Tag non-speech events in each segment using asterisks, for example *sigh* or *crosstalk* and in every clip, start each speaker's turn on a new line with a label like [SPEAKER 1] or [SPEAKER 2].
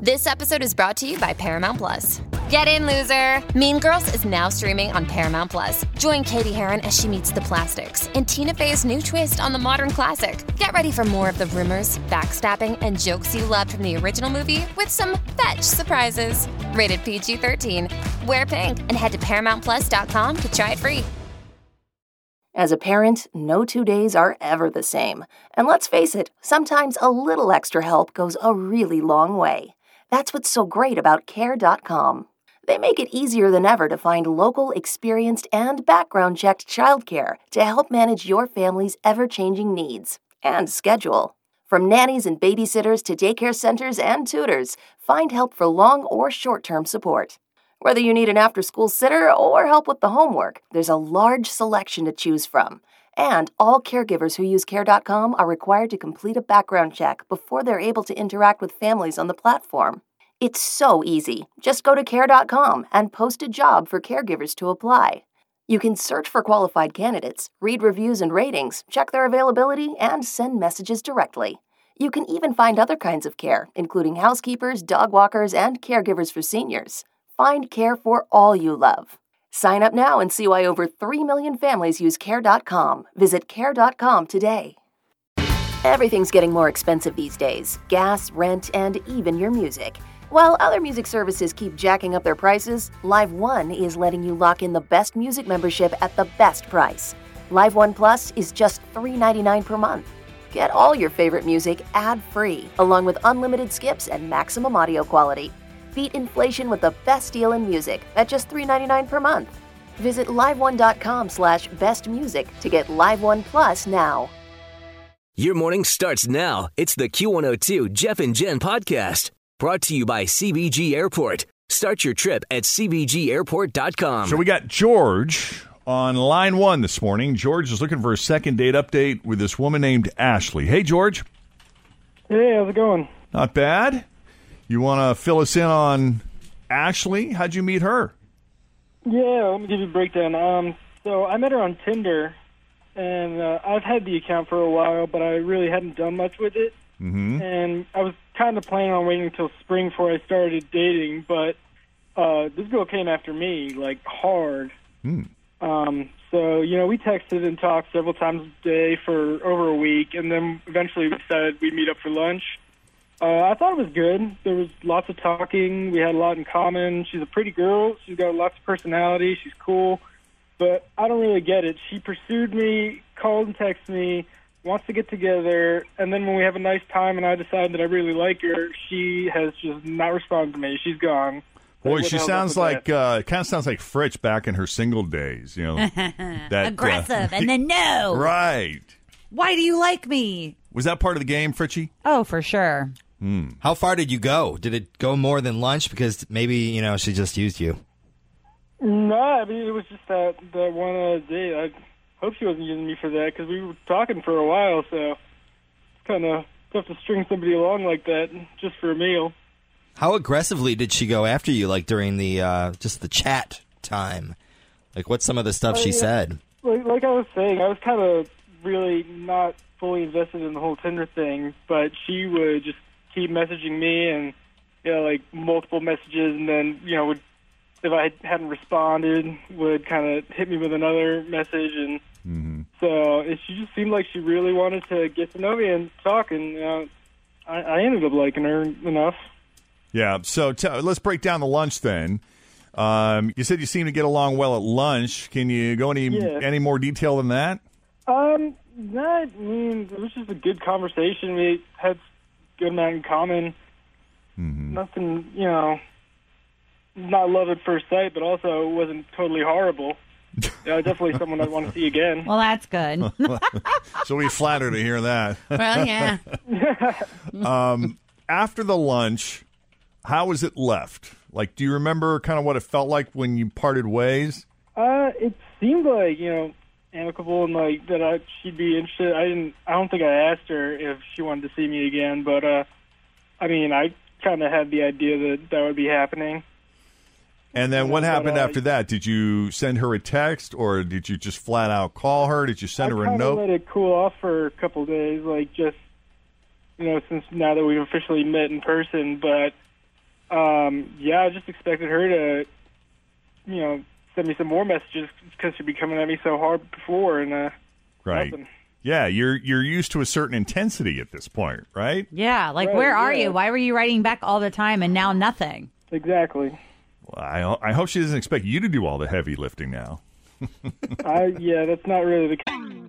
[SPEAKER 1] This episode is brought to you by Paramount Plus. Get in, loser! Mean Girls is now streaming on Paramount Plus. Join Katie Heron as she meets the plastics in Tina Fey's new twist on the modern classic. Get ready for more of the rumors, backstabbing, and jokes you loved from the original movie with some fetch surprises. Rated PG 13. Wear pink and head to ParamountPlus.com to try it free.
[SPEAKER 2] As a parent, no two days are ever the same. And let's face it, sometimes a little extra help goes a really long way. That's what's so great about Care.com. They make it easier than ever to find local, experienced, and background checked childcare to help manage your family's ever changing needs and schedule. From nannies and babysitters to daycare centers and tutors, find help for long or short term support. Whether you need an after school sitter or help with the homework, there's a large selection to choose from. And all caregivers who use Care.com are required to complete a background check before they're able to interact with families on the platform. It's so easy. Just go to Care.com and post a job for caregivers to apply. You can search for qualified candidates, read reviews and ratings, check their availability, and send messages directly. You can even find other kinds of care, including housekeepers, dog walkers, and caregivers for seniors. Find care for all you love. Sign up now and see why over 3 million families use care.com. Visit care.com today. Everything's getting more expensive these days gas, rent, and even your music. While other music services keep jacking up their prices, Live One is letting you lock in the best music membership at the best price. Live One Plus is just $3.99 per month. Get all your favorite music ad free, along with unlimited skips and maximum audio quality. Beat inflation with the best deal in music at just $3.99 per month. Visit liveone.com slash bestmusic to get Live One Plus now.
[SPEAKER 3] Your morning starts now. It's the Q102 Jeff and Jen podcast brought to you by CBG Airport. Start your trip at CBGAirport.com.
[SPEAKER 4] So we got George on line one this morning. George is looking for a second date update with this woman named Ashley. Hey, George.
[SPEAKER 5] Hey, how's it going?
[SPEAKER 4] Not bad. You want to fill us in on Ashley? How'd you meet her?
[SPEAKER 5] Yeah, let me give you a breakdown. Um, so I met her on Tinder, and uh, I've had the account for a while, but I really hadn't done much with it.
[SPEAKER 6] Hmm?
[SPEAKER 5] Mm-hmm. And I was kind of planning on waiting until spring before I started dating, but uh, this girl came after me like hard. Um, so you know, we texted and talked several times a day for over a week, and then eventually we decided we'd meet up for lunch. Uh, I thought it was good. There was lots of talking. We had a lot in common. She's a pretty girl. She's got lots of personality. She's cool. But I don't really get it. She pursued me, called and texted me, wants to get together. And then when we have a nice time and I decide that I really like her, she has just not responded to me. She's gone.
[SPEAKER 4] Boy,
[SPEAKER 5] What the
[SPEAKER 4] she
[SPEAKER 5] hell
[SPEAKER 4] sounds
[SPEAKER 5] is up with
[SPEAKER 4] like uh, kind of sounds like Fritch back in her single days. You know,
[SPEAKER 5] *laughs*
[SPEAKER 7] *laughs*
[SPEAKER 4] that uh,
[SPEAKER 7] aggressive
[SPEAKER 4] *laughs*
[SPEAKER 7] and then no
[SPEAKER 4] right?
[SPEAKER 7] why do you like me
[SPEAKER 4] Was that part of the game, Fritchie? Hmm.
[SPEAKER 7] oh for sure
[SPEAKER 8] How far did you go? Did it go more than lunch? Because maybe you know she just used you.
[SPEAKER 5] No, I mean it was just that that one uh, day. I hope she wasn't using me for that because we were talking for a while, so it's kind of tough to string somebody along like that just for a meal.
[SPEAKER 8] How aggressively did she go after you? Like during the uh, just the chat time? Like what's some of the stuff she said?
[SPEAKER 5] Like like I was saying, I was kind of really not fully invested in the whole Tinder thing, but she would just keep messaging me and you know like multiple messages, and then you know would if I hadn't responded would kind of hit me with another message and.
[SPEAKER 8] Mm-hmm.
[SPEAKER 5] So it, she just seemed like she really wanted to get to know me and talk, and you know, I, I ended up liking her enough.
[SPEAKER 4] Yeah. So t- let's break down the lunch then. Um, you said you seem to get along well at lunch. Can you go any
[SPEAKER 5] Yeah.
[SPEAKER 4] any more detail than that?
[SPEAKER 5] Um, that I mean it was just a good conversation. We had a good amount in common. Nothing, you know, not love at first sight, but also it wasn't totally horrible. yeah, definitely someone I'd want to see again.
[SPEAKER 7] well that's
[SPEAKER 4] *laughs*
[SPEAKER 7] good well
[SPEAKER 4] So we flattered to hear that. *laughs* Um,
[SPEAKER 7] yeah
[SPEAKER 4] after the lunch, how was it left? Like, do you remember kind of what it felt like when you parted ways?
[SPEAKER 5] Uh, it seemed like you know amicable and like that I, she'd be interested. I didn't. I don't think I asked her if she wanted to see me again, but uh, I mean, I kind of had the idea that that would be happening.
[SPEAKER 4] And then what
[SPEAKER 5] But,
[SPEAKER 4] happened
[SPEAKER 5] uh,
[SPEAKER 4] after that? Did you send her a text or did you just flat out call her? Did you send
[SPEAKER 5] I
[SPEAKER 4] her a
[SPEAKER 5] kinda
[SPEAKER 4] note?
[SPEAKER 5] let it cool off for a couple days, like just you know, since now that we've officially met in person. But Um, yeah, I just expected her to, you know, send me some more messages because she'd be coming at me so hard before, and uh,
[SPEAKER 4] Right.
[SPEAKER 5] Nothing.
[SPEAKER 4] Yeah, you're you're used to a certain intensity at this point, right?
[SPEAKER 7] *laughs* Yeah, like
[SPEAKER 5] Right,
[SPEAKER 7] where are
[SPEAKER 5] yeah.
[SPEAKER 7] you? Why were you writing back all the time and now nothing?
[SPEAKER 5] exactly.
[SPEAKER 4] Well, I ho- I hope she doesn't expect you to do all the heavy lifting now.
[SPEAKER 5] I yeah, that's not really the.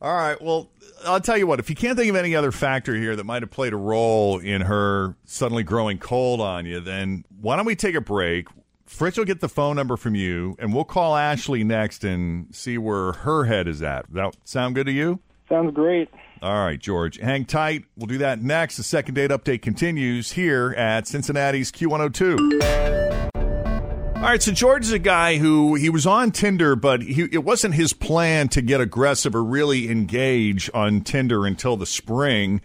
[SPEAKER 4] All right. Well, I'll tell you what. If you can't think of any other factor here that might have played a role in her suddenly growing cold on you, then why don't we take a break? Fritz will get the phone number from you, and we'll call Ashley next and see where her head is at. That sound good to you?
[SPEAKER 5] Sounds great.
[SPEAKER 4] All right, George. Hang tight. We'll do that next. The second date update continues here at Cincinnati's Q102. All right, so George is a guy who he was on Tinder, but he, it wasn't his plan to get aggressive or really engage on Tinder until the spring.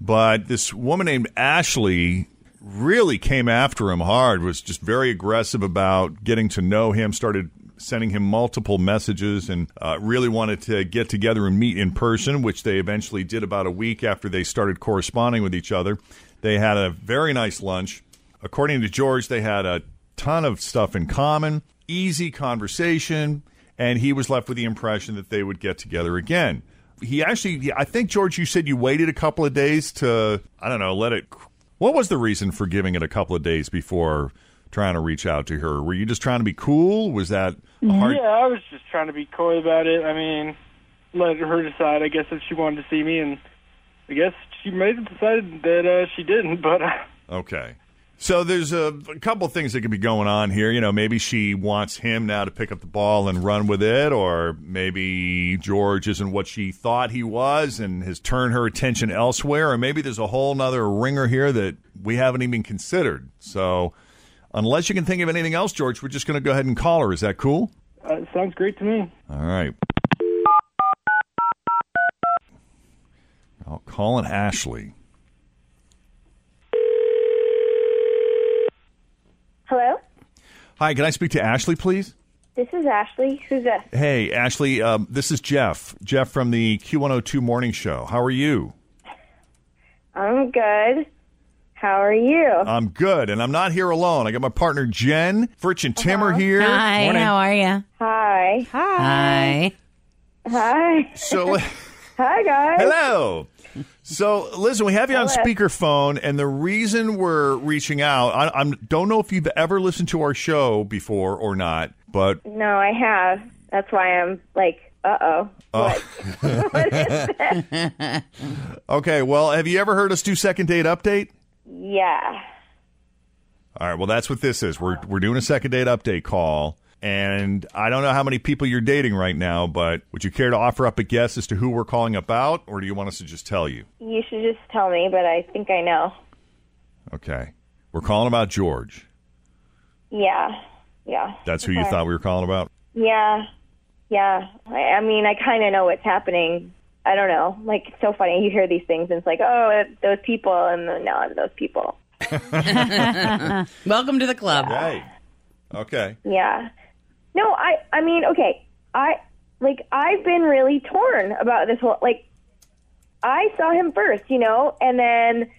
[SPEAKER 4] But this woman named Ashley really came after him hard, was just very aggressive about getting to know him, started sending him multiple messages, and uh, really wanted to get together and meet in person, which they eventually did about a week after they started corresponding with each other. They had a very nice lunch. According to George, they had a ton of stuff in common, easy conversation, and he was left with the impression that they would get together again. He actually, I think, George, you said you waited a couple of days to, I don't know, let it. What was the reason for giving it a couple of days before trying to reach out to her? Were you just trying to be cool? Was that a hard?
[SPEAKER 5] Yeah, I was just trying to be coy about it. I mean, let her decide. I guess if she wanted to see me, and I guess she may have decided that uh, she didn't. *laughs* But uh,
[SPEAKER 4] Okay. So there's a, a couple things that could be going on here. You know, maybe she wants him now to pick up the ball and run with it, or maybe George isn't what she thought he was and has turned her attention elsewhere, or maybe there's a whole nother ringer here that we haven't even considered. So unless you can think of anything else, George, we're just going to go ahead and call her. Is that cool?
[SPEAKER 5] uh, it sounds great to me.
[SPEAKER 4] All right. I'll call it Ashley.
[SPEAKER 9] Hello,
[SPEAKER 4] Hi, can I speak to Ashley, please?
[SPEAKER 9] this is Ashley. Who's this?
[SPEAKER 4] Hey, Ashley, um, this is Jeff. Jeff from the Q102 Morning Show. How are you?
[SPEAKER 9] I'm good. How are you?
[SPEAKER 4] I'm good, and I'm not here alone. I got my partner Jen, Fritch, and Tim are here.
[SPEAKER 7] Hi,
[SPEAKER 4] Morning.
[SPEAKER 7] how are you?
[SPEAKER 9] Hi.
[SPEAKER 7] Hi.
[SPEAKER 9] Hi. *laughs*
[SPEAKER 4] So, uh,
[SPEAKER 9] Hi, guys.
[SPEAKER 4] hello. So, listen, we have you on speakerphone, and the reason we're reaching out, I I'm, don't know if you've ever listened to our show before or not, but
[SPEAKER 9] No, I have. That's why I'm like, uh oh.
[SPEAKER 4] *laughs* okay. Well, have you ever heard us do second date update?
[SPEAKER 9] Yeah.
[SPEAKER 4] All right. Well, that's what this is. We're we're doing a second date update call, and I don't know how many people you're dating right now, but would you care to offer up a guess as to who we're calling about, or do you want us to just tell you?
[SPEAKER 9] You should just tell me, but I think I know.
[SPEAKER 4] Okay, we're calling about George.
[SPEAKER 9] Yeah. Yeah.
[SPEAKER 4] That's who you thought we were calling about.
[SPEAKER 9] Yeah. Yeah. I, I mean, I kind of know what's happening. I don't know. Like, it's so funny. You hear these things, and it's like, oh, those people, and then, no, those people.
[SPEAKER 10] *laughs*
[SPEAKER 11] Welcome to the club.
[SPEAKER 4] Hey. Okay.
[SPEAKER 9] Yeah. No, I I mean, okay. I like I've been really torn about this whole like I saw him first, you know, and then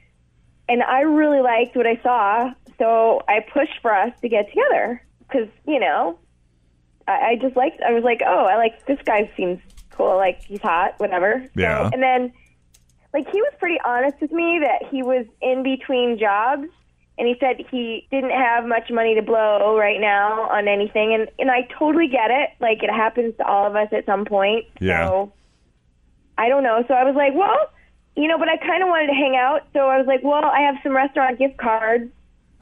[SPEAKER 9] and I really liked what I saw, so I pushed for us to get together cuz, you know, I, I just liked I was like, "Oh, I like this guy seems cool, like he's hot, whatever." So-
[SPEAKER 4] Yeah.
[SPEAKER 9] and then like he was pretty honest with me that he was in between jobs and he said he didn't have much money to blow right now on anything and and I totally get it. Like it happens to all of us at some point.
[SPEAKER 4] Yeah.
[SPEAKER 9] So I don't know. So I was like, well, you know, but I kind of wanted to hang out. So I was like, well, I have some restaurant gift cards.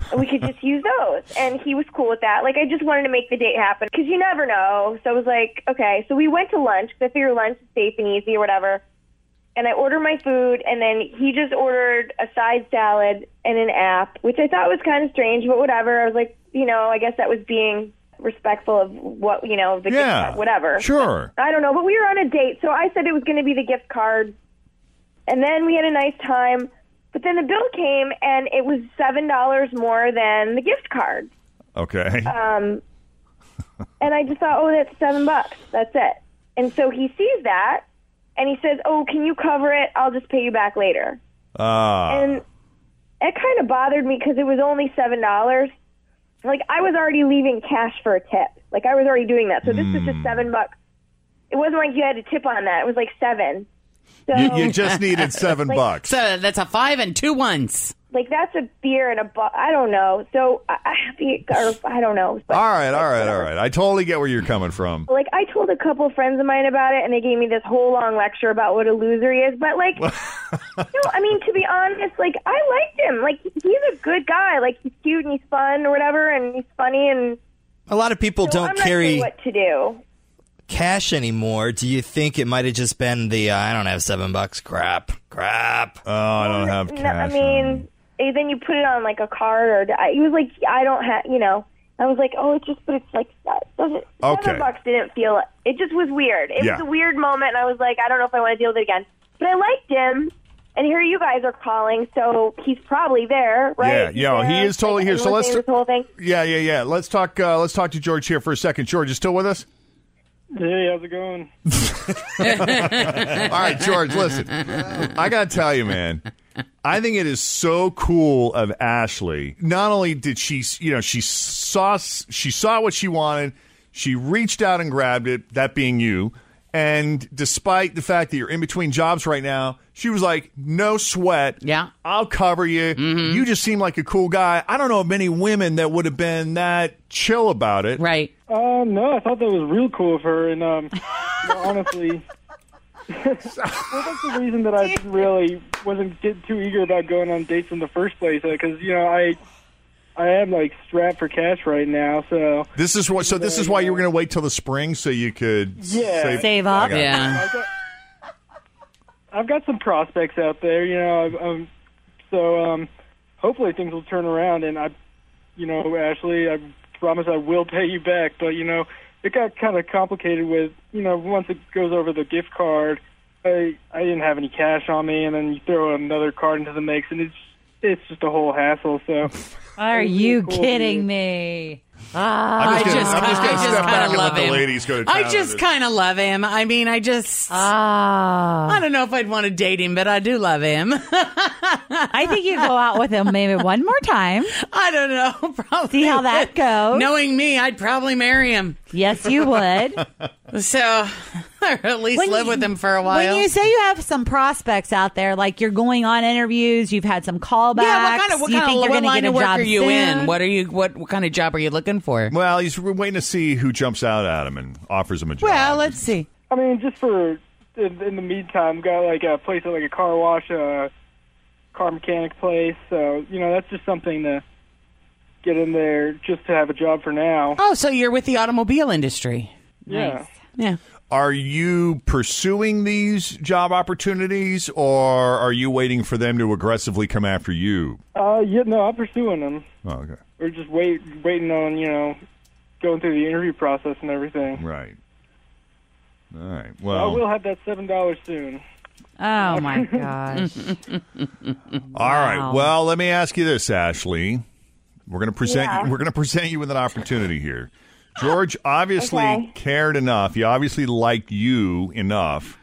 [SPEAKER 9] *laughs* We could just use those. And he was cool with that. Like, I just wanted to make the date happen because you never know. So I was like, okay. So we went to lunch because I figured lunch is safe and easy or whatever. And I ordered my food, and then he just ordered a side salad and an app, which I thought was kind of strange, but whatever. I was like, you know, I guess that was being respectful of what, you know, the gift
[SPEAKER 4] Yeah,
[SPEAKER 9] card, whatever.
[SPEAKER 4] sure.
[SPEAKER 9] *laughs* I don't know, but we were on a date, so I said it was going to be the gift card. And then we had a nice time, but then the bill came and it was $7 more than the gift card.
[SPEAKER 4] Okay. *laughs*
[SPEAKER 9] Um, and I just thought, oh, that's 7 bucks. That's it. And so he sees that and he says, "Oh, can you cover it? I'll just pay you back later."
[SPEAKER 4] Ah.
[SPEAKER 9] and it kind of bothered me because it was only seven dollars. Like I was already leaving cash for a tip. Like I was already doing that. So this was
[SPEAKER 4] Hmm.
[SPEAKER 9] just seven bucks. It wasn't like you had to tip on that. It was like seven. So
[SPEAKER 4] You- you
[SPEAKER 7] *laughs*
[SPEAKER 9] *laughs*
[SPEAKER 4] just needed seven
[SPEAKER 9] Like- bucks.
[SPEAKER 10] So that's a five and two ones.
[SPEAKER 9] Like that's a beer and a bu- I don't know. So I, I, or, I don't know. But,
[SPEAKER 4] all right, all right, all right. I totally get where you're coming from.
[SPEAKER 9] Like I told a couple friends of mine about it, and they gave me this whole long lecture about what a loser he is. But like, no, I mean to be honest, like I liked him. Like he's a good guy. Like he's cute and he's fun or whatever, and he's funny and
[SPEAKER 8] A lot of people
[SPEAKER 9] So
[SPEAKER 8] don't
[SPEAKER 9] I'm not sure
[SPEAKER 8] carry
[SPEAKER 9] what to do.
[SPEAKER 8] cash anymore. Do you think it might have just been the uh, I don't have seven bucks? Crap, crap.
[SPEAKER 4] Oh, I don't have
[SPEAKER 9] No, I mean, eh, then you put it on like a card, or I- he was like, I don't have, you know. I was like, oh, it's just, but it's like that doesn't.
[SPEAKER 4] Okay.
[SPEAKER 9] Seven bucks didn't feel it. It just was weird. It
[SPEAKER 4] Yeah.
[SPEAKER 9] was a weird moment, and I was like, I don't know if I want to deal with it again. But I liked him, and here you guys are calling, so he's probably there, right?
[SPEAKER 4] Yeah, yeah, he is totally here. So
[SPEAKER 9] Everyone's
[SPEAKER 4] let's
[SPEAKER 9] saying this whole thing.
[SPEAKER 4] Yeah, yeah, yeah. Let's talk. Uh, let's talk to George here for a second. George, you still with us?
[SPEAKER 5] Hey, how's it
[SPEAKER 4] *laughs*
[SPEAKER 5] going?
[SPEAKER 4] All right, George, listen. I got to tell you, man. I think it is so cool of Ashley. Not only did she, you know, she saw she saw what she wanted, she reached out and grabbed it, that being you. And despite the fact that you're in between jobs right now, she was like, "No sweat. Yeah. I'll cover you. You just seem like a cool guy. I don't know of many women that would have been that chill about it."
[SPEAKER 10] Right.
[SPEAKER 5] Uh, no, I thought that was real cool of her, and
[SPEAKER 4] *laughs*
[SPEAKER 5] um, you know, honestly, well, that's the reason that I didn't really wasn't get too eager about going on dates in the first place, because you know I, I am like strapped for cash right now, so
[SPEAKER 4] This is what. So this is why you were going to wait till the spring so you could
[SPEAKER 5] yeah,
[SPEAKER 4] save, I got it.
[SPEAKER 5] I've got, I've got some prospects out there, you know, I've, um, so um, hopefully things will turn around, and I, you know, Ashley, I promise I will pay you back, but you know, it got kind of complicated with, you know, once it goes over the gift card, I I didn't have any cash on me, and then you throw another card into the mix, and it's it's just a whole hassle. So,
[SPEAKER 7] Are
[SPEAKER 5] It was
[SPEAKER 7] you
[SPEAKER 5] really cool of
[SPEAKER 7] kidding me? Ah,
[SPEAKER 5] I'm
[SPEAKER 10] I
[SPEAKER 5] just
[SPEAKER 10] just,
[SPEAKER 5] I'm just gonna
[SPEAKER 10] I just
[SPEAKER 5] step
[SPEAKER 10] kind of
[SPEAKER 5] back and let
[SPEAKER 10] love
[SPEAKER 5] the
[SPEAKER 10] him.
[SPEAKER 5] ladies go to town
[SPEAKER 10] I
[SPEAKER 5] on
[SPEAKER 10] just
[SPEAKER 5] this.
[SPEAKER 10] kind of love him. I mean, I just.
[SPEAKER 7] Ah.
[SPEAKER 10] I don't know if I'd want to date him, but I do love him. *laughs*
[SPEAKER 7] I think you go out with him maybe one more time.
[SPEAKER 10] I don't know. *laughs* Probably
[SPEAKER 7] see how that goes.
[SPEAKER 10] Knowing me, I'd probably marry him.
[SPEAKER 7] Yes, you would.
[SPEAKER 10] *laughs* So, *laughs* or at least
[SPEAKER 7] When
[SPEAKER 10] live
[SPEAKER 7] you-
[SPEAKER 10] with him for a while.
[SPEAKER 7] When you say you have some prospects out there, like you're going on interviews, you've had some callbacks.
[SPEAKER 10] yeah, what kind of what
[SPEAKER 7] you
[SPEAKER 10] kind
[SPEAKER 7] think
[SPEAKER 10] of what
[SPEAKER 7] you're going to
[SPEAKER 10] line
[SPEAKER 7] get a
[SPEAKER 10] of work
[SPEAKER 7] job
[SPEAKER 10] are you in?
[SPEAKER 7] soon.
[SPEAKER 10] What are you what, what kind of job are you looking for?
[SPEAKER 4] Well, he's waiting to see who jumps out at him and offers him a job.
[SPEAKER 10] Well, let's see.
[SPEAKER 5] I mean, just for in, in the meantime, got like a place like a car wash, a car mechanic place. So you know, that's just something to get in there just to have a job for now.
[SPEAKER 10] Oh, so you're with the automobile industry.
[SPEAKER 5] Yeah.
[SPEAKER 10] Yeah.
[SPEAKER 4] Are you pursuing these job opportunities, or are you waiting for them to aggressively come after you?
[SPEAKER 5] Uh, yeah, no, I'm pursuing them.
[SPEAKER 4] Oh, okay,
[SPEAKER 5] We're just wait waiting on you know going through the interview process and everything.
[SPEAKER 4] right. All right.
[SPEAKER 5] I will
[SPEAKER 4] Well,
[SPEAKER 5] have that seven dollars soon.
[SPEAKER 7] Oh my gosh.
[SPEAKER 4] all right.
[SPEAKER 7] Wow.
[SPEAKER 4] Well, let me ask you this, Ashley. We're going to present.
[SPEAKER 9] Yeah.
[SPEAKER 4] You, we're going to present you with an opportunity here.
[SPEAKER 9] *laughs*
[SPEAKER 4] George obviously
[SPEAKER 9] Okay.
[SPEAKER 4] cared enough. He obviously liked you enough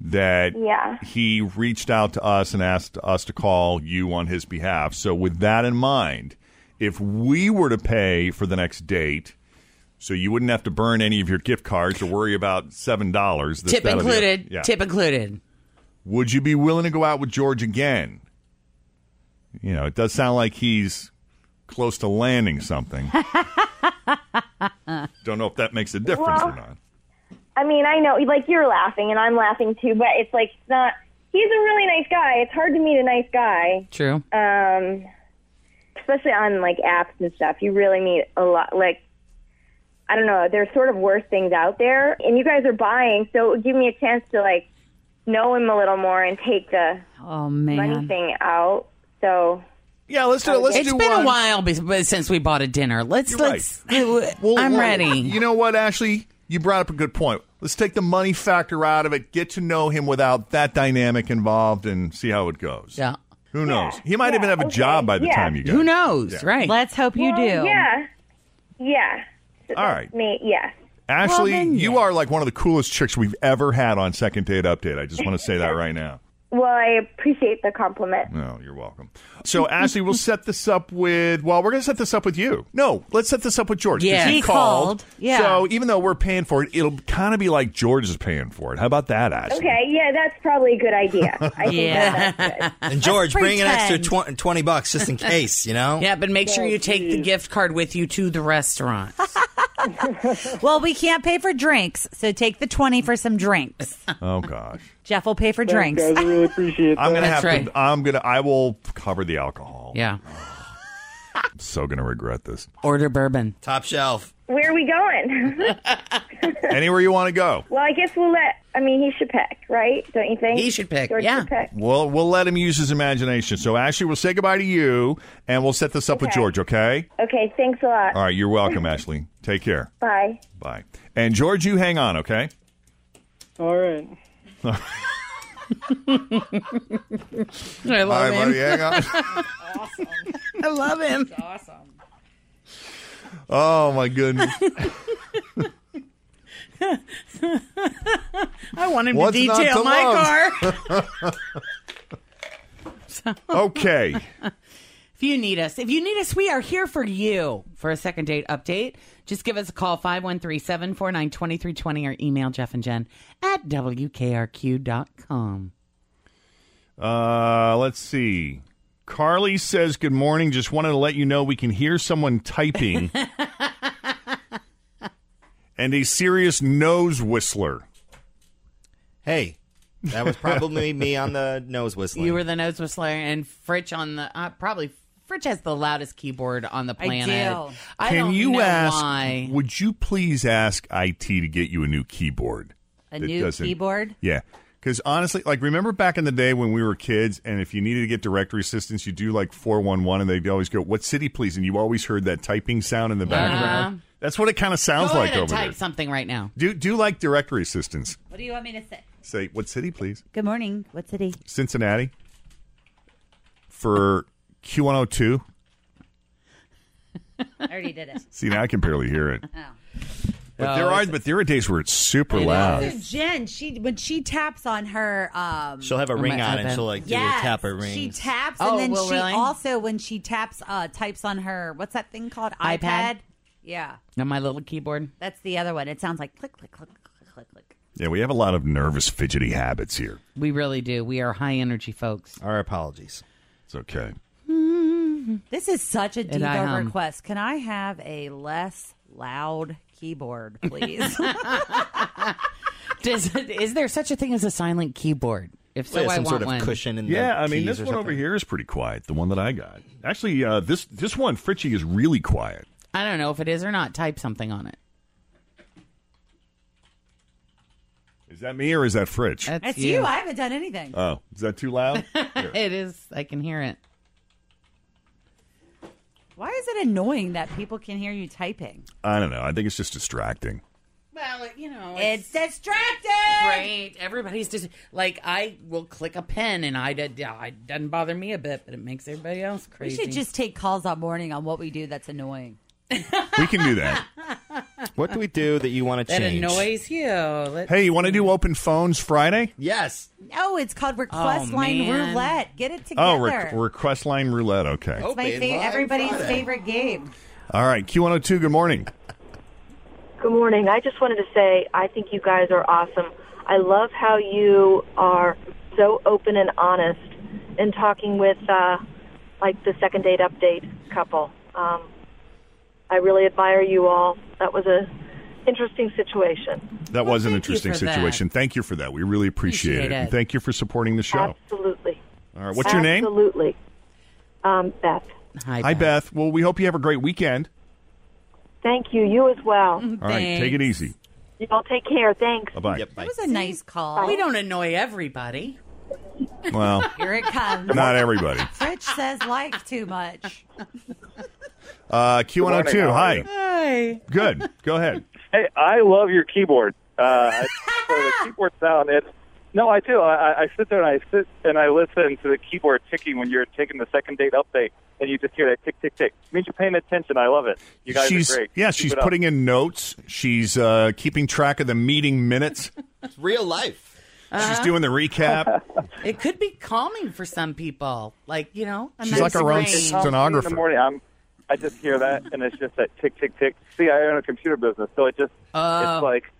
[SPEAKER 4] that
[SPEAKER 9] Yeah.
[SPEAKER 4] he reached out to us and asked us to call you on his behalf. So, with that in mind, if we were to pay for the next date, so you wouldn't have to burn any of your gift cards or worry about seven dollars.
[SPEAKER 10] Tip included. Tip included.
[SPEAKER 4] Would you be willing to go out with George again? You know, it does sound like he's close
[SPEAKER 10] *laughs*
[SPEAKER 4] to landing something. Don't know if that makes a difference or
[SPEAKER 9] Well-
[SPEAKER 4] not.
[SPEAKER 9] I mean, I know, like you're laughing and I'm laughing too, but it's like it's not. He's a really nice guy. It's hard to meet a nice guy.
[SPEAKER 10] True.
[SPEAKER 9] Um, especially on like apps and stuff. You really meet a lot. Like, I don't know. There's sort of worse things out there, and you guys are buying, so it would give me a chance to like know him a little more and take the
[SPEAKER 7] oh
[SPEAKER 9] money thing out. So
[SPEAKER 4] Yeah, let's do. Let's
[SPEAKER 10] It's
[SPEAKER 4] do
[SPEAKER 10] been
[SPEAKER 4] one.
[SPEAKER 10] a while be- but since we bought a dinner. Let's
[SPEAKER 4] You're
[SPEAKER 10] let's.
[SPEAKER 4] Well,
[SPEAKER 10] I'm
[SPEAKER 4] well,
[SPEAKER 10] ready.
[SPEAKER 4] You know what, Ashley? You brought up a good point. Let's take the money factor out of it. Get to know him without that dynamic involved, and see how it goes.
[SPEAKER 10] Yeah.
[SPEAKER 4] Who knows? He might even have a job by the
[SPEAKER 9] yeah.
[SPEAKER 4] time you get.
[SPEAKER 10] Who knows?
[SPEAKER 4] Yeah.
[SPEAKER 10] Right.
[SPEAKER 7] Let's hope you
[SPEAKER 9] Well,
[SPEAKER 7] do.
[SPEAKER 9] Yeah. *laughs* Yeah. So
[SPEAKER 4] All
[SPEAKER 9] that's
[SPEAKER 4] right.
[SPEAKER 9] Me. Yeah.
[SPEAKER 4] Ashley, you are like one of the coolest chicks we've ever had on Second Date Update. I just want to say that right now.
[SPEAKER 9] Well, I appreciate the compliment.
[SPEAKER 4] *laughs* No, you're welcome. So, Ashley, we'll set this up with. Well, we're going to set this up with you. No, let's set this up with George. 'cause
[SPEAKER 7] Yes.
[SPEAKER 4] he
[SPEAKER 7] He
[SPEAKER 4] called.
[SPEAKER 7] called. Yeah.
[SPEAKER 4] So, even though we're paying for it, it'll kind of be like George is paying for it. How about
[SPEAKER 9] *laughs*
[SPEAKER 4] that, Ashley?
[SPEAKER 9] Okay. Yeah, that's probably a good idea. I think
[SPEAKER 10] *laughs*
[SPEAKER 9] that-
[SPEAKER 8] And George, bring an extra
[SPEAKER 10] pretend.
[SPEAKER 8] tw- 20 bucks
[SPEAKER 10] *laughs*
[SPEAKER 8] just in case, you know?
[SPEAKER 10] Yeah, but make sure you take the gift card with you to the restaurant.
[SPEAKER 7] *laughs* well, we can't pay for drinks, so take the twenty for some drinks.
[SPEAKER 4] Oh gosh.
[SPEAKER 7] Jeff will pay for
[SPEAKER 5] Thanks,
[SPEAKER 7] drinks.
[SPEAKER 5] guys. I really appreciate
[SPEAKER 4] I'm
[SPEAKER 5] that.
[SPEAKER 4] gonna have to. I'm gonna. I will cover the alcohol.
[SPEAKER 10] Yeah.
[SPEAKER 4] I'm so gonna regret this.
[SPEAKER 10] Order bourbon.
[SPEAKER 8] Top shelf.
[SPEAKER 9] Where are we going? *laughs*
[SPEAKER 4] Anywhere you want to go.
[SPEAKER 9] well, I guess we'll let. I mean, he should pick, right? Don't you think?
[SPEAKER 10] He should pick,
[SPEAKER 9] George
[SPEAKER 10] yeah.
[SPEAKER 9] Should pick.
[SPEAKER 4] Well, we'll let him use his imagination. So, Ashley, we'll say goodbye to you, and we'll set this up with
[SPEAKER 9] Okay.
[SPEAKER 4] George. Okay.
[SPEAKER 9] Okay. Thanks a lot.
[SPEAKER 4] All right. You're welcome, Ashley. Take care.
[SPEAKER 9] Bye.
[SPEAKER 4] Bye. And George, you hang on. Okay.
[SPEAKER 5] All
[SPEAKER 4] *laughs*
[SPEAKER 5] right.
[SPEAKER 10] *laughs* I love
[SPEAKER 4] All right,
[SPEAKER 10] him.
[SPEAKER 4] buddy, hang on.
[SPEAKER 10] *laughs* I love him. *laughs*
[SPEAKER 4] Oh my goodness.
[SPEAKER 10] I want him
[SPEAKER 4] What's
[SPEAKER 10] to
[SPEAKER 4] not
[SPEAKER 10] detail
[SPEAKER 4] to
[SPEAKER 10] my
[SPEAKER 4] love?
[SPEAKER 10] car.
[SPEAKER 4] *laughs*
[SPEAKER 10] *laughs*
[SPEAKER 4] Okay.
[SPEAKER 10] If you need us, if you need us, we are here for you for a second date update. Just give us a call 513 749 2320 or email Jeff and Jen at WKRQ.com.
[SPEAKER 4] Uh, let's see. Carly says, "Good morning. Just wanted to let you know we can hear
[SPEAKER 10] *laughs*
[SPEAKER 4] someone typing, and a serious nose whistler."
[SPEAKER 8] Hey, that was probably me on the nose whistling.
[SPEAKER 10] You were the nose whistler and Fritch on the uh, probably Fritch has the loudest keyboard on the planet.
[SPEAKER 7] do.
[SPEAKER 10] I
[SPEAKER 4] can
[SPEAKER 10] don't
[SPEAKER 4] you
[SPEAKER 10] know
[SPEAKER 4] ask?
[SPEAKER 10] why.
[SPEAKER 4] Would you please ask IT to get you a new keyboard?
[SPEAKER 7] A
[SPEAKER 4] that
[SPEAKER 7] new
[SPEAKER 4] doesn't-
[SPEAKER 7] keyboard.
[SPEAKER 4] Yeah. Because honestly, like, remember back in the day when we were kids, and if you needed to get directory assistance, you do like 411, and they'd always go, What city, please? And you always heard that typing sound in the background. That's what it kind of sounds
[SPEAKER 10] Go
[SPEAKER 4] like
[SPEAKER 10] ahead
[SPEAKER 4] over
[SPEAKER 10] and type
[SPEAKER 4] there.
[SPEAKER 10] something right now.
[SPEAKER 4] Do, do like directory assistance.
[SPEAKER 7] What do you want me to say?
[SPEAKER 4] Say, What city, please?
[SPEAKER 7] Good morning. What city?
[SPEAKER 4] Cincinnati for Q102.
[SPEAKER 7] I already did it.
[SPEAKER 4] See, now I can barely hear it. But,
[SPEAKER 10] Oh,
[SPEAKER 4] there are,
[SPEAKER 10] it's-
[SPEAKER 4] but there are days where it's super
[SPEAKER 10] It
[SPEAKER 4] loud.
[SPEAKER 7] So Jen, she when she taps on her um
[SPEAKER 8] She'll have a
[SPEAKER 10] On
[SPEAKER 8] ring
[SPEAKER 10] my
[SPEAKER 8] on and
[SPEAKER 10] iPad.
[SPEAKER 8] she'll like do
[SPEAKER 7] yes,
[SPEAKER 8] a tap her ring.
[SPEAKER 7] She taps
[SPEAKER 10] Oh,
[SPEAKER 7] and then
[SPEAKER 10] well,
[SPEAKER 7] she
[SPEAKER 10] really?
[SPEAKER 7] also when she taps uh types on her what's that thing called?
[SPEAKER 10] iPad?
[SPEAKER 7] Yeah.
[SPEAKER 10] On my little keyboard.
[SPEAKER 7] That's the other one. It sounds like click click click click click click.
[SPEAKER 4] Yeah, we have a lot of nervous, fidgety habits here.
[SPEAKER 10] We really do. We are high energy folks.
[SPEAKER 8] Our apologies.
[SPEAKER 4] It's okay.
[SPEAKER 7] This is such a
[SPEAKER 10] And I
[SPEAKER 7] diva
[SPEAKER 10] hum.
[SPEAKER 7] request. Can I have a less loud keyboard,
[SPEAKER 10] *laughs*
[SPEAKER 7] please?
[SPEAKER 10] Does, is there such a thing as a silent keyboard? If so,
[SPEAKER 8] Yeah,
[SPEAKER 10] I
[SPEAKER 8] some
[SPEAKER 10] want
[SPEAKER 8] sort of
[SPEAKER 10] one.
[SPEAKER 8] cushion in the
[SPEAKER 4] Yeah, I mean
[SPEAKER 8] keys
[SPEAKER 4] this
[SPEAKER 8] or
[SPEAKER 4] one over
[SPEAKER 8] something.
[SPEAKER 4] here is pretty quiet. The one that I got, actually, uh, this this one Fritchie is really quiet.
[SPEAKER 10] I don't know if it is or not. Type something on it.
[SPEAKER 4] Is that me or is that Fritch?
[SPEAKER 10] That's
[SPEAKER 7] That's
[SPEAKER 10] you.
[SPEAKER 7] you. I haven't done
[SPEAKER 8] *laughs*
[SPEAKER 7] anything.
[SPEAKER 4] oh, is that too loud? Here.
[SPEAKER 10] it is. *laughs* I can hear it.
[SPEAKER 7] Why is it annoying that people can hear you typing?
[SPEAKER 4] I don't know. I think it's just distracting.
[SPEAKER 10] Well, you know,
[SPEAKER 7] It's distracting.
[SPEAKER 10] Right. Everybody's just like I will click a pen and I did. yeah, It doesn't bother me a bit, but it makes everybody else
[SPEAKER 7] We
[SPEAKER 10] crazy.
[SPEAKER 7] should just take calls all morning on what we do that's annoying.
[SPEAKER 4] We can do that.
[SPEAKER 8] *laughs* What do we do that you want to
[SPEAKER 10] that
[SPEAKER 8] change?
[SPEAKER 10] annoys you. Let-
[SPEAKER 4] hey, you want to do open phones Friday?
[SPEAKER 8] Oh, Yes.
[SPEAKER 7] No, it's called request
[SPEAKER 10] Oh,
[SPEAKER 7] line
[SPEAKER 10] man.
[SPEAKER 7] roulette. Get it together.
[SPEAKER 4] Oh, re- request line roulette. Okay.
[SPEAKER 7] it's my
[SPEAKER 8] Open line
[SPEAKER 7] favorite, everybody's
[SPEAKER 8] Friday.
[SPEAKER 7] favorite game.
[SPEAKER 4] All right. Q one hundred two. Good morning.
[SPEAKER 6] Good morning. I just wanted to say I think you guys are awesome. I love how you are so open and honest in talking with uh, like the second date update couple. Um, I really admire you all. That was a interesting situation.
[SPEAKER 4] That was an interesting
[SPEAKER 6] for that.
[SPEAKER 4] situation. Thank you for that. We really appreciate,
[SPEAKER 6] Appreciate
[SPEAKER 4] it. And
[SPEAKER 6] it.
[SPEAKER 4] thank you for supporting the show.
[SPEAKER 6] Absolutely.
[SPEAKER 4] All right. What's your name?
[SPEAKER 6] Absolutely. Um, Beth.
[SPEAKER 10] Hi,
[SPEAKER 4] Beth. Well, we hope you have a great weekend.
[SPEAKER 6] Thank you. You as well.
[SPEAKER 4] All right. Take it easy.
[SPEAKER 6] Y'all take care. Thanks.
[SPEAKER 4] Bye bye.
[SPEAKER 10] That was a nice call. We don't annoy everybody.
[SPEAKER 4] Well,
[SPEAKER 7] Here it comes. *laughs*
[SPEAKER 4] not everybody.
[SPEAKER 7] Fritch says like too much.
[SPEAKER 4] Uh,
[SPEAKER 12] Good
[SPEAKER 4] Q102.
[SPEAKER 12] morning, how are
[SPEAKER 4] Hi.
[SPEAKER 12] you?
[SPEAKER 8] *laughs*
[SPEAKER 7] Hi.
[SPEAKER 4] Good. Go ahead.
[SPEAKER 12] Hey, I love your keyboard.
[SPEAKER 4] *laughs*
[SPEAKER 12] Uh, so the keyboard sound. It's no, I do. I, I- I sit there and I sit and I listen to the keyboard ticking when you're taking the second date update, and you just hear that tick, tick, tick. It means you're paying attention. I love it. You *laughs* guys
[SPEAKER 4] she's
[SPEAKER 12] are great.
[SPEAKER 4] yeah.
[SPEAKER 12] Keep
[SPEAKER 4] She's
[SPEAKER 12] it up.
[SPEAKER 4] putting in notes. She's uh, keeping track of the meeting minutes.
[SPEAKER 8] It's real life.
[SPEAKER 4] She's doing the recap.
[SPEAKER 10] Uh-huh. It could be calming for some people. Like, you know, a
[SPEAKER 4] She's
[SPEAKER 10] nice
[SPEAKER 4] like our own
[SPEAKER 10] rain.
[SPEAKER 12] In the morning, I'm, I just hear that, and it's just that tick, tick, tick. See, I own a computer business, so it just
[SPEAKER 7] Oh.
[SPEAKER 12] it's like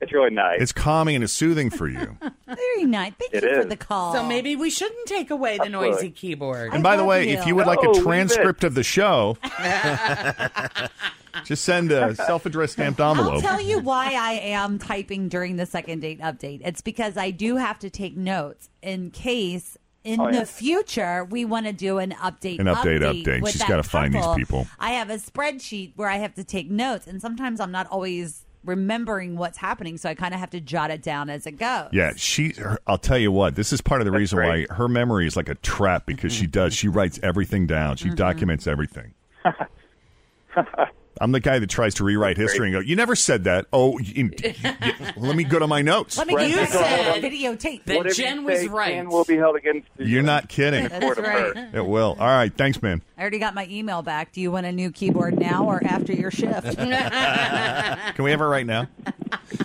[SPEAKER 12] it's really *laughs* nice.
[SPEAKER 4] It's calming and it's soothing for you.
[SPEAKER 7] Very nice. Thank
[SPEAKER 4] It
[SPEAKER 7] you for
[SPEAKER 4] is.
[SPEAKER 7] the call.
[SPEAKER 10] So maybe we shouldn't take away the noisy keyboard.
[SPEAKER 4] And by the way, if you would like
[SPEAKER 12] Oh,
[SPEAKER 10] No,
[SPEAKER 4] a
[SPEAKER 10] leave it.
[SPEAKER 4] transcript of the show,
[SPEAKER 12] *laughs*
[SPEAKER 4] just send a self-addressed stamped
[SPEAKER 7] I'll
[SPEAKER 4] envelope.
[SPEAKER 7] tell you why I am typing during the second date update. It's because I do have to take notes in case in
[SPEAKER 4] Oh, yeah.
[SPEAKER 7] the future we want to do an update.
[SPEAKER 4] An update update.
[SPEAKER 7] with
[SPEAKER 4] She's
[SPEAKER 7] that
[SPEAKER 4] gotta find these
[SPEAKER 7] couple.
[SPEAKER 4] people.
[SPEAKER 7] I have a spreadsheet where I have to take notes, and sometimes I'm not always remembering what's happening, so I kind of have to jot it down as it
[SPEAKER 4] *laughs*
[SPEAKER 7] goes.
[SPEAKER 4] Yeah, she. Her, I'll tell you what. This is part of the reason why her memory is like a trap because she does. She
[SPEAKER 7] Mm-hmm.
[SPEAKER 4] writes everything down. She
[SPEAKER 7] *laughs*
[SPEAKER 4] documents everything. I'm the guy that tries to rewrite history and go. You never said that. Oh, you, you- you- let me go to my notes.
[SPEAKER 7] Let me
[SPEAKER 12] Right,
[SPEAKER 7] get you
[SPEAKER 12] because I
[SPEAKER 7] said
[SPEAKER 12] have a-
[SPEAKER 7] videotape
[SPEAKER 12] Whatever you say Can will be held against you.
[SPEAKER 4] You're not kidding.
[SPEAKER 7] That's Court of right. her.
[SPEAKER 4] It will. All right. Thanks,
[SPEAKER 7] *laughs*
[SPEAKER 4] man.
[SPEAKER 7] I already got my email back. Do you want a new keyboard now or after your shift?
[SPEAKER 4] *laughs* Can we have her right now?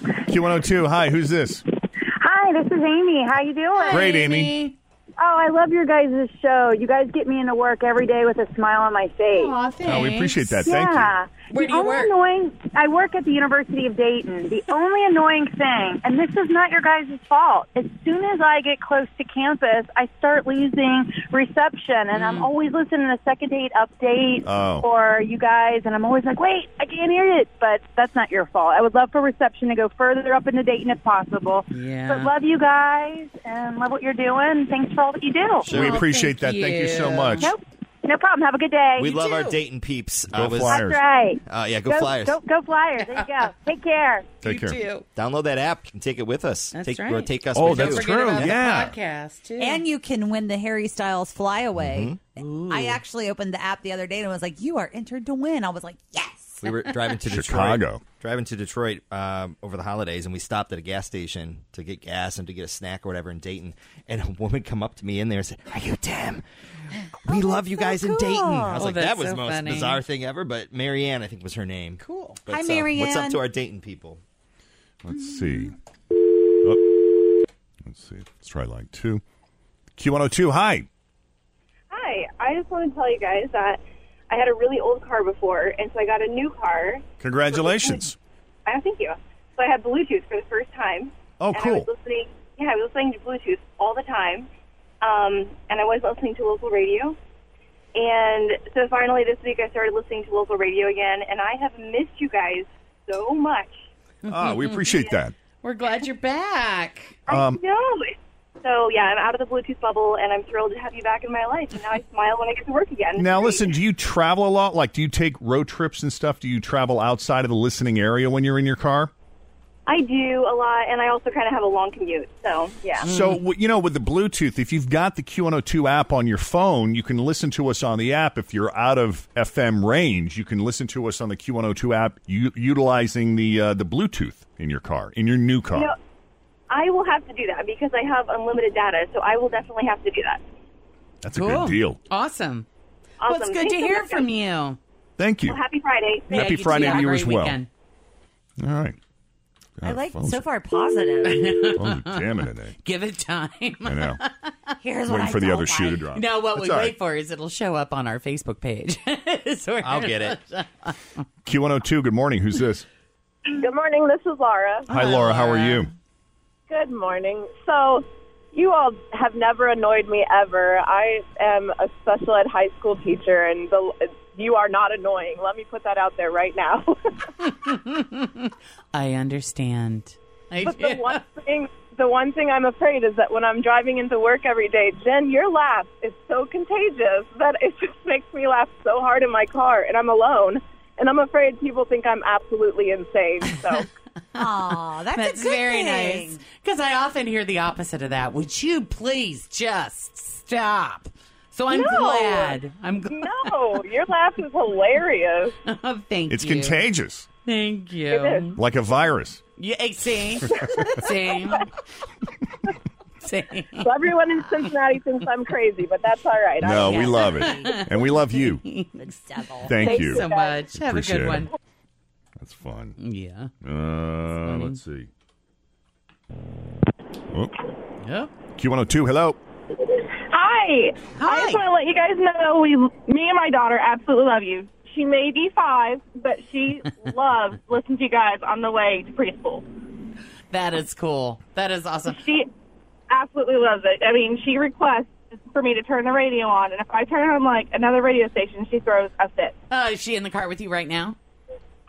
[SPEAKER 4] Q102. Hi. Who's this?
[SPEAKER 13] Hi, this is Amy. How you doing?
[SPEAKER 4] Great, Amy.
[SPEAKER 13] Oh, I love your guys' show. You guys get me into work every day with a smile on my face.
[SPEAKER 4] Oh, we appreciate that. Thank you.
[SPEAKER 13] Yeah. Where the do you only work? Annoying, I work at the University of Dayton. The only annoying thing, and this is not your guys' fault, as soon as I get close to campus, I start losing reception, and
[SPEAKER 8] Mm.
[SPEAKER 13] I'm always listening to Second Date Update
[SPEAKER 14] Oh.
[SPEAKER 13] or you guys, and I'm always like, wait, I can't hear it. But that's not your fault. I would love for reception to go further up into Dayton if possible.
[SPEAKER 10] Yeah.
[SPEAKER 13] But love you guys and love what you're doing. Thanks for all that you do.
[SPEAKER 8] Sure. We appreciate that. Thank you so much.
[SPEAKER 13] Nope. No problem. Have a good day.
[SPEAKER 8] we love our Dayton peeps. Go
[SPEAKER 13] That's right.
[SPEAKER 8] Uh, yeah, go, Flyers.
[SPEAKER 13] Go, go Flyers. There you go.
[SPEAKER 8] *laughs*
[SPEAKER 13] Take care.
[SPEAKER 8] Take
[SPEAKER 13] You care. too.
[SPEAKER 8] Download that app and take it with us. That's take, Or
[SPEAKER 10] right.
[SPEAKER 8] take us
[SPEAKER 10] Oh,
[SPEAKER 8] with
[SPEAKER 10] that's
[SPEAKER 8] you.
[SPEAKER 10] Don't forget true, about the yeah.
[SPEAKER 7] podcast too. And you can win the Harry Styles flyaway.
[SPEAKER 8] Mm-hmm.
[SPEAKER 7] I actually opened the app the other day and was like, "You are entered to win." I was like, "Yes."
[SPEAKER 8] We were driving to Detroit,
[SPEAKER 4] Chicago.
[SPEAKER 8] Driving to Detroit um, over the holidays, and we stopped at a gas station to get gas and to get a snack or whatever in Dayton. And a woman come up to me in there and said, "Are you Tim? We love you guys in Dayton." I was
[SPEAKER 10] Oh,
[SPEAKER 8] like, "That
[SPEAKER 10] that's
[SPEAKER 8] was
[SPEAKER 10] so
[SPEAKER 8] the most
[SPEAKER 10] funny.
[SPEAKER 8] bizarre thing ever." But Marianne, I think was her name. Cool. But,
[SPEAKER 10] Hi,
[SPEAKER 8] so, What's up
[SPEAKER 10] Marianne.
[SPEAKER 8] to our Dayton people?
[SPEAKER 4] Let's see. Oh, let's see. Let's try line two. Q102. Hi.
[SPEAKER 14] Hi, I just want to tell you guys that I had a really old car before, and so I got a new car.
[SPEAKER 4] Congratulations.
[SPEAKER 14] I thank you. So I had Bluetooth for the first time.
[SPEAKER 4] Oh,
[SPEAKER 14] and I was
[SPEAKER 4] cool.
[SPEAKER 14] listening, yeah, I was listening to Bluetooth all the time, um, and I was listening to local radio. And so finally this week I started listening to local radio again, and I have missed you guys so much.
[SPEAKER 4] Ah, we appreciate that.
[SPEAKER 14] We're glad you're back.
[SPEAKER 4] Um,
[SPEAKER 14] No. So yeah, I'm out of the Bluetooth bubble, and I'm thrilled to have you back in my life. And now I smile when I get to work again.
[SPEAKER 4] now, listen, do you travel a lot? Like, do you take road trips and stuff? Do you travel outside of the listening area when you're in your car?
[SPEAKER 14] I do a lot, and I also kind of have a long commute. So
[SPEAKER 9] Um.
[SPEAKER 14] yeah.
[SPEAKER 4] So, w- you know, with the Bluetooth, if you've got the Q102 app on your phone, you can listen to us on the app. If you're out of FM range, you can listen to us on the Q102 app u- utilizing the uh, the Bluetooth in your car, in your new car.
[SPEAKER 14] You know, I will have to do that because I have unlimited data, so I will definitely have to do that.
[SPEAKER 4] That's a good deal.
[SPEAKER 10] Awesome.
[SPEAKER 14] Awesome.
[SPEAKER 10] Well, it's good
[SPEAKER 14] Thanks
[SPEAKER 10] to
[SPEAKER 14] so
[SPEAKER 10] hear
[SPEAKER 14] much,
[SPEAKER 10] from
[SPEAKER 14] guys.
[SPEAKER 10] you.
[SPEAKER 4] Thank you.
[SPEAKER 14] Well, happy Friday.
[SPEAKER 4] Happy
[SPEAKER 10] you too.
[SPEAKER 4] Friday
[SPEAKER 10] Have
[SPEAKER 4] to
[SPEAKER 10] a
[SPEAKER 4] you
[SPEAKER 10] great
[SPEAKER 4] as well.
[SPEAKER 10] weekend.
[SPEAKER 4] All right.
[SPEAKER 7] I like
[SPEAKER 4] phones
[SPEAKER 7] so
[SPEAKER 4] *laughs*
[SPEAKER 7] far positive.
[SPEAKER 10] *laughs*
[SPEAKER 4] Oh, damn it, today.
[SPEAKER 10] Give it time.
[SPEAKER 4] I
[SPEAKER 10] *laughs*
[SPEAKER 4] know.
[SPEAKER 7] Here's
[SPEAKER 4] Waiting for the other shoe to drop.
[SPEAKER 10] No, what
[SPEAKER 4] That's
[SPEAKER 10] we
[SPEAKER 4] all
[SPEAKER 10] wait
[SPEAKER 4] right.
[SPEAKER 10] for is it'll show up on our Facebook page. *laughs*
[SPEAKER 4] I'll get it. Q102, good morning. Who's
[SPEAKER 7] *laughs*
[SPEAKER 4] this?
[SPEAKER 15] Good morning. This is Laura.
[SPEAKER 4] Hi, Laura. How are you?
[SPEAKER 15] Good morning. So, you all have never annoyed me ever. I am a special ed high school teacher, and the you are not annoying. Let me put that out there right now. *laughs*
[SPEAKER 10] I understand.
[SPEAKER 15] but the one thing, the one thing I'm afraid is that when I'm driving into work every day, Jen, your laugh is so contagious that it *laughs* just makes me laugh so hard in my car, and I'm alone, and I'm afraid people think I'm absolutely insane. So.
[SPEAKER 7] *laughs* Aw, that's,
[SPEAKER 10] That's
[SPEAKER 7] a good
[SPEAKER 10] very
[SPEAKER 7] thing.
[SPEAKER 10] nice. Because I often hear the opposite of that. Would you please just stop? So I'm
[SPEAKER 15] No.
[SPEAKER 10] glad.
[SPEAKER 14] *laughs*
[SPEAKER 10] I'm glad.
[SPEAKER 15] No, your laugh is hilarious.
[SPEAKER 10] Thank
[SPEAKER 4] It's
[SPEAKER 10] you.
[SPEAKER 4] contagious,
[SPEAKER 10] Thank you.
[SPEAKER 15] It is.
[SPEAKER 4] like a virus.
[SPEAKER 10] Yeah, eh,
[SPEAKER 15] *laughs*
[SPEAKER 10] see? See? See?
[SPEAKER 15] So everyone in Cincinnati thinks I'm crazy, but that's all right.
[SPEAKER 4] No,
[SPEAKER 15] I-
[SPEAKER 4] we love it,
[SPEAKER 15] *laughs*
[SPEAKER 4] and we
[SPEAKER 10] *laughs*
[SPEAKER 4] love you. Thank,
[SPEAKER 15] Thank
[SPEAKER 4] you
[SPEAKER 15] you so much.
[SPEAKER 10] Have a good
[SPEAKER 4] Appreciate it.
[SPEAKER 10] one.
[SPEAKER 4] That's fun.
[SPEAKER 10] Yeah.
[SPEAKER 4] Uh,
[SPEAKER 10] funny.
[SPEAKER 4] let's see. Oh.
[SPEAKER 10] Yep.
[SPEAKER 4] Q102. Hello.
[SPEAKER 13] Hi. I just want to let you guys know we, me and my daughter, absolutely love you. She may be five, but
[SPEAKER 10] *laughs*
[SPEAKER 13] she loves listening to you guys on the way to preschool.
[SPEAKER 10] That is cool. That is awesome.
[SPEAKER 13] She absolutely loves it. I mean, she requests for me to turn the radio on, and if I turn on like another radio station, she throws a fit.
[SPEAKER 10] Uh, is she in the car with you right now?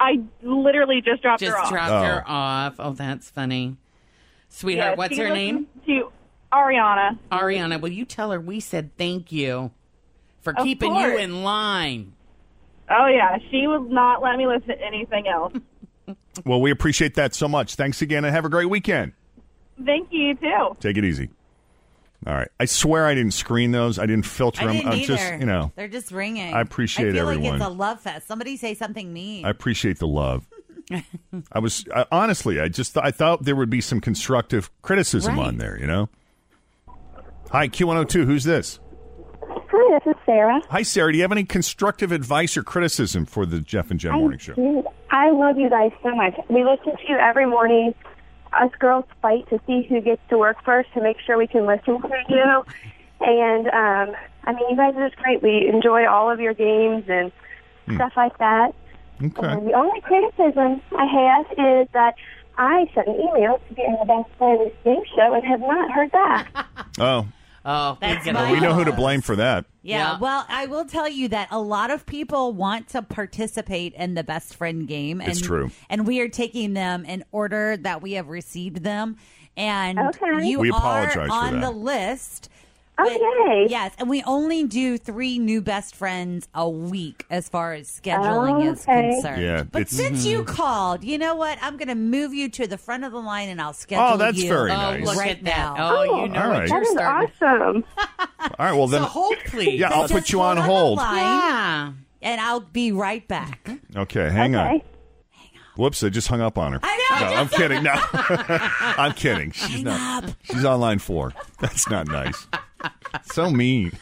[SPEAKER 13] I literally just dropped
[SPEAKER 10] Just
[SPEAKER 13] her off.
[SPEAKER 10] dropped
[SPEAKER 13] Yeah,
[SPEAKER 10] her off. Oh, that's funny. Sweetheart, what's
[SPEAKER 13] she
[SPEAKER 10] her
[SPEAKER 13] listens
[SPEAKER 10] name?
[SPEAKER 13] To Ariana.
[SPEAKER 10] Ariana, will you tell her we said thank you for
[SPEAKER 13] Of
[SPEAKER 10] keeping you
[SPEAKER 13] course.
[SPEAKER 10] in line? *laughs*
[SPEAKER 13] Oh yeah, she would not let me listen to anything else.
[SPEAKER 4] Well, we appreciate that so much. Thanks again, and have a great weekend.
[SPEAKER 13] Thank you too.
[SPEAKER 4] Take it easy. All right. I swear I didn't screen those. I didn't filter
[SPEAKER 7] I
[SPEAKER 4] them.
[SPEAKER 7] didn't
[SPEAKER 4] I'm
[SPEAKER 7] either.
[SPEAKER 4] just, you know,
[SPEAKER 7] they're just ringing.
[SPEAKER 4] I appreciate
[SPEAKER 7] I feel like
[SPEAKER 4] everyone.
[SPEAKER 7] it's a love fest. Somebody say something mean.
[SPEAKER 4] I appreciate the love.
[SPEAKER 7] *laughs*
[SPEAKER 4] I was I, honestly, I just I thought there would be some constructive criticism
[SPEAKER 7] Right.
[SPEAKER 4] on there, you know. Hi, Q102. Who's this?
[SPEAKER 16] Hi, this is Sarah.
[SPEAKER 4] Hi, Sarah. Do you have any constructive advice or criticism for the Jeff and Jen Morning Show?
[SPEAKER 16] Dude, I love you guys so much. We listen to you every morning. Us girls fight to see who gets to work first to make sure we can listen to you. And um, I mean, you guys are just great. We enjoy all of your games and
[SPEAKER 4] Hmm.
[SPEAKER 16] stuff like that. And Um, the only criticism I have is that I sent an email to be in the best friend of this game show and have not heard back.
[SPEAKER 4] Oh,
[SPEAKER 10] Oh,
[SPEAKER 7] That's
[SPEAKER 4] well, we
[SPEAKER 7] my-
[SPEAKER 4] know who to blame for that.
[SPEAKER 7] Yeah. Well, I will tell you that a lot of people want to participate in the best friend game. And,
[SPEAKER 4] It's true.
[SPEAKER 7] And we are taking them in order that we have received them. And you
[SPEAKER 4] We
[SPEAKER 7] are
[SPEAKER 4] apologize for
[SPEAKER 7] on
[SPEAKER 4] that.
[SPEAKER 7] the list. okay. Yes, and we only do three new best friends a week as far as scheduling is
[SPEAKER 16] Okay.
[SPEAKER 7] concerned.
[SPEAKER 4] Yeah,
[SPEAKER 7] but
[SPEAKER 4] it's-
[SPEAKER 7] since you
[SPEAKER 4] Mhm.
[SPEAKER 7] called, you know what? I'm going to move you to the front of the line, and I'll schedule.
[SPEAKER 4] Oh, that's
[SPEAKER 7] you
[SPEAKER 4] very Oh, nice. look
[SPEAKER 7] right
[SPEAKER 10] at that.
[SPEAKER 7] now.
[SPEAKER 10] Oh, you know
[SPEAKER 4] All
[SPEAKER 10] what you're
[SPEAKER 4] right. That is
[SPEAKER 10] starting.
[SPEAKER 16] Awesome.
[SPEAKER 4] All right. Well, then.
[SPEAKER 7] So hold, please.
[SPEAKER 4] Yeah, I'll
[SPEAKER 7] So
[SPEAKER 4] put
[SPEAKER 7] just
[SPEAKER 4] you on
[SPEAKER 7] hold
[SPEAKER 4] hold.
[SPEAKER 7] the line,
[SPEAKER 10] Yeah.
[SPEAKER 7] And I'll be right back.
[SPEAKER 4] Okay, hang on.
[SPEAKER 7] Okay.
[SPEAKER 4] Whoops, I just hung up on her. I know. No, I'm kidding. No, *laughs* I'm kidding. She's not. She's on line four. That's not nice. So mean.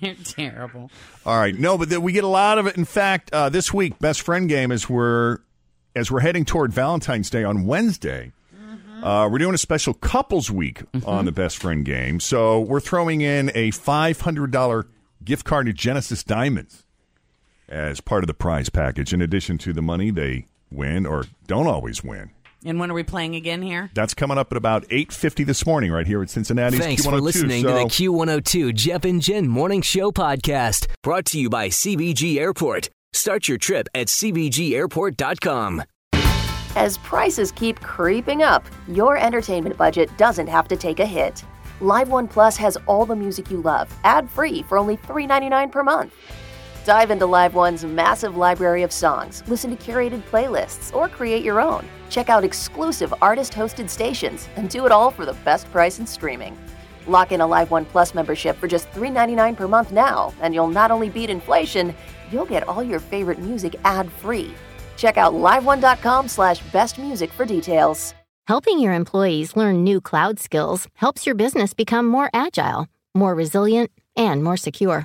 [SPEAKER 10] You're terrible.
[SPEAKER 4] All right. No, but th- we get a lot of it. In fact, uh, this week, best friend game as we're as we're heading toward Valentine's Day on Wednesday. Uh, we're doing a special couples week on the best friend game, so we're throwing in a five hundred dollar gift card to Genesis Diamonds as part of the prize package. In addition to the money they win or don't always win.
[SPEAKER 10] And when are we playing again here?
[SPEAKER 4] That's coming up at about eight fifty this morning, right here at Cincinnati's.
[SPEAKER 3] Thanks for
[SPEAKER 4] Q102.
[SPEAKER 3] listening to
[SPEAKER 4] So-
[SPEAKER 3] the Q102 Jeff and Jen Morning Show podcast, brought to you by CBG Airport. Start your trip at CBGAirport.com.
[SPEAKER 2] As prices keep creeping up, your entertainment budget doesn't have to take a hit. Live One Plus has all the music you love, ad free for only $3.99 per month. Dive into Live One's massive library of songs, listen to curated playlists, or create your own. Check out exclusive artist hosted stations and do it all for the best price in streaming. Lock in a Live One Plus membership for just $3.99 per month now, and you'll not only beat inflation, you'll get all your favorite music ad free. Check out liveone.com slash best music for details.
[SPEAKER 17] Helping your employees learn new cloud skills helps your business become more agile, more resilient, and more secure.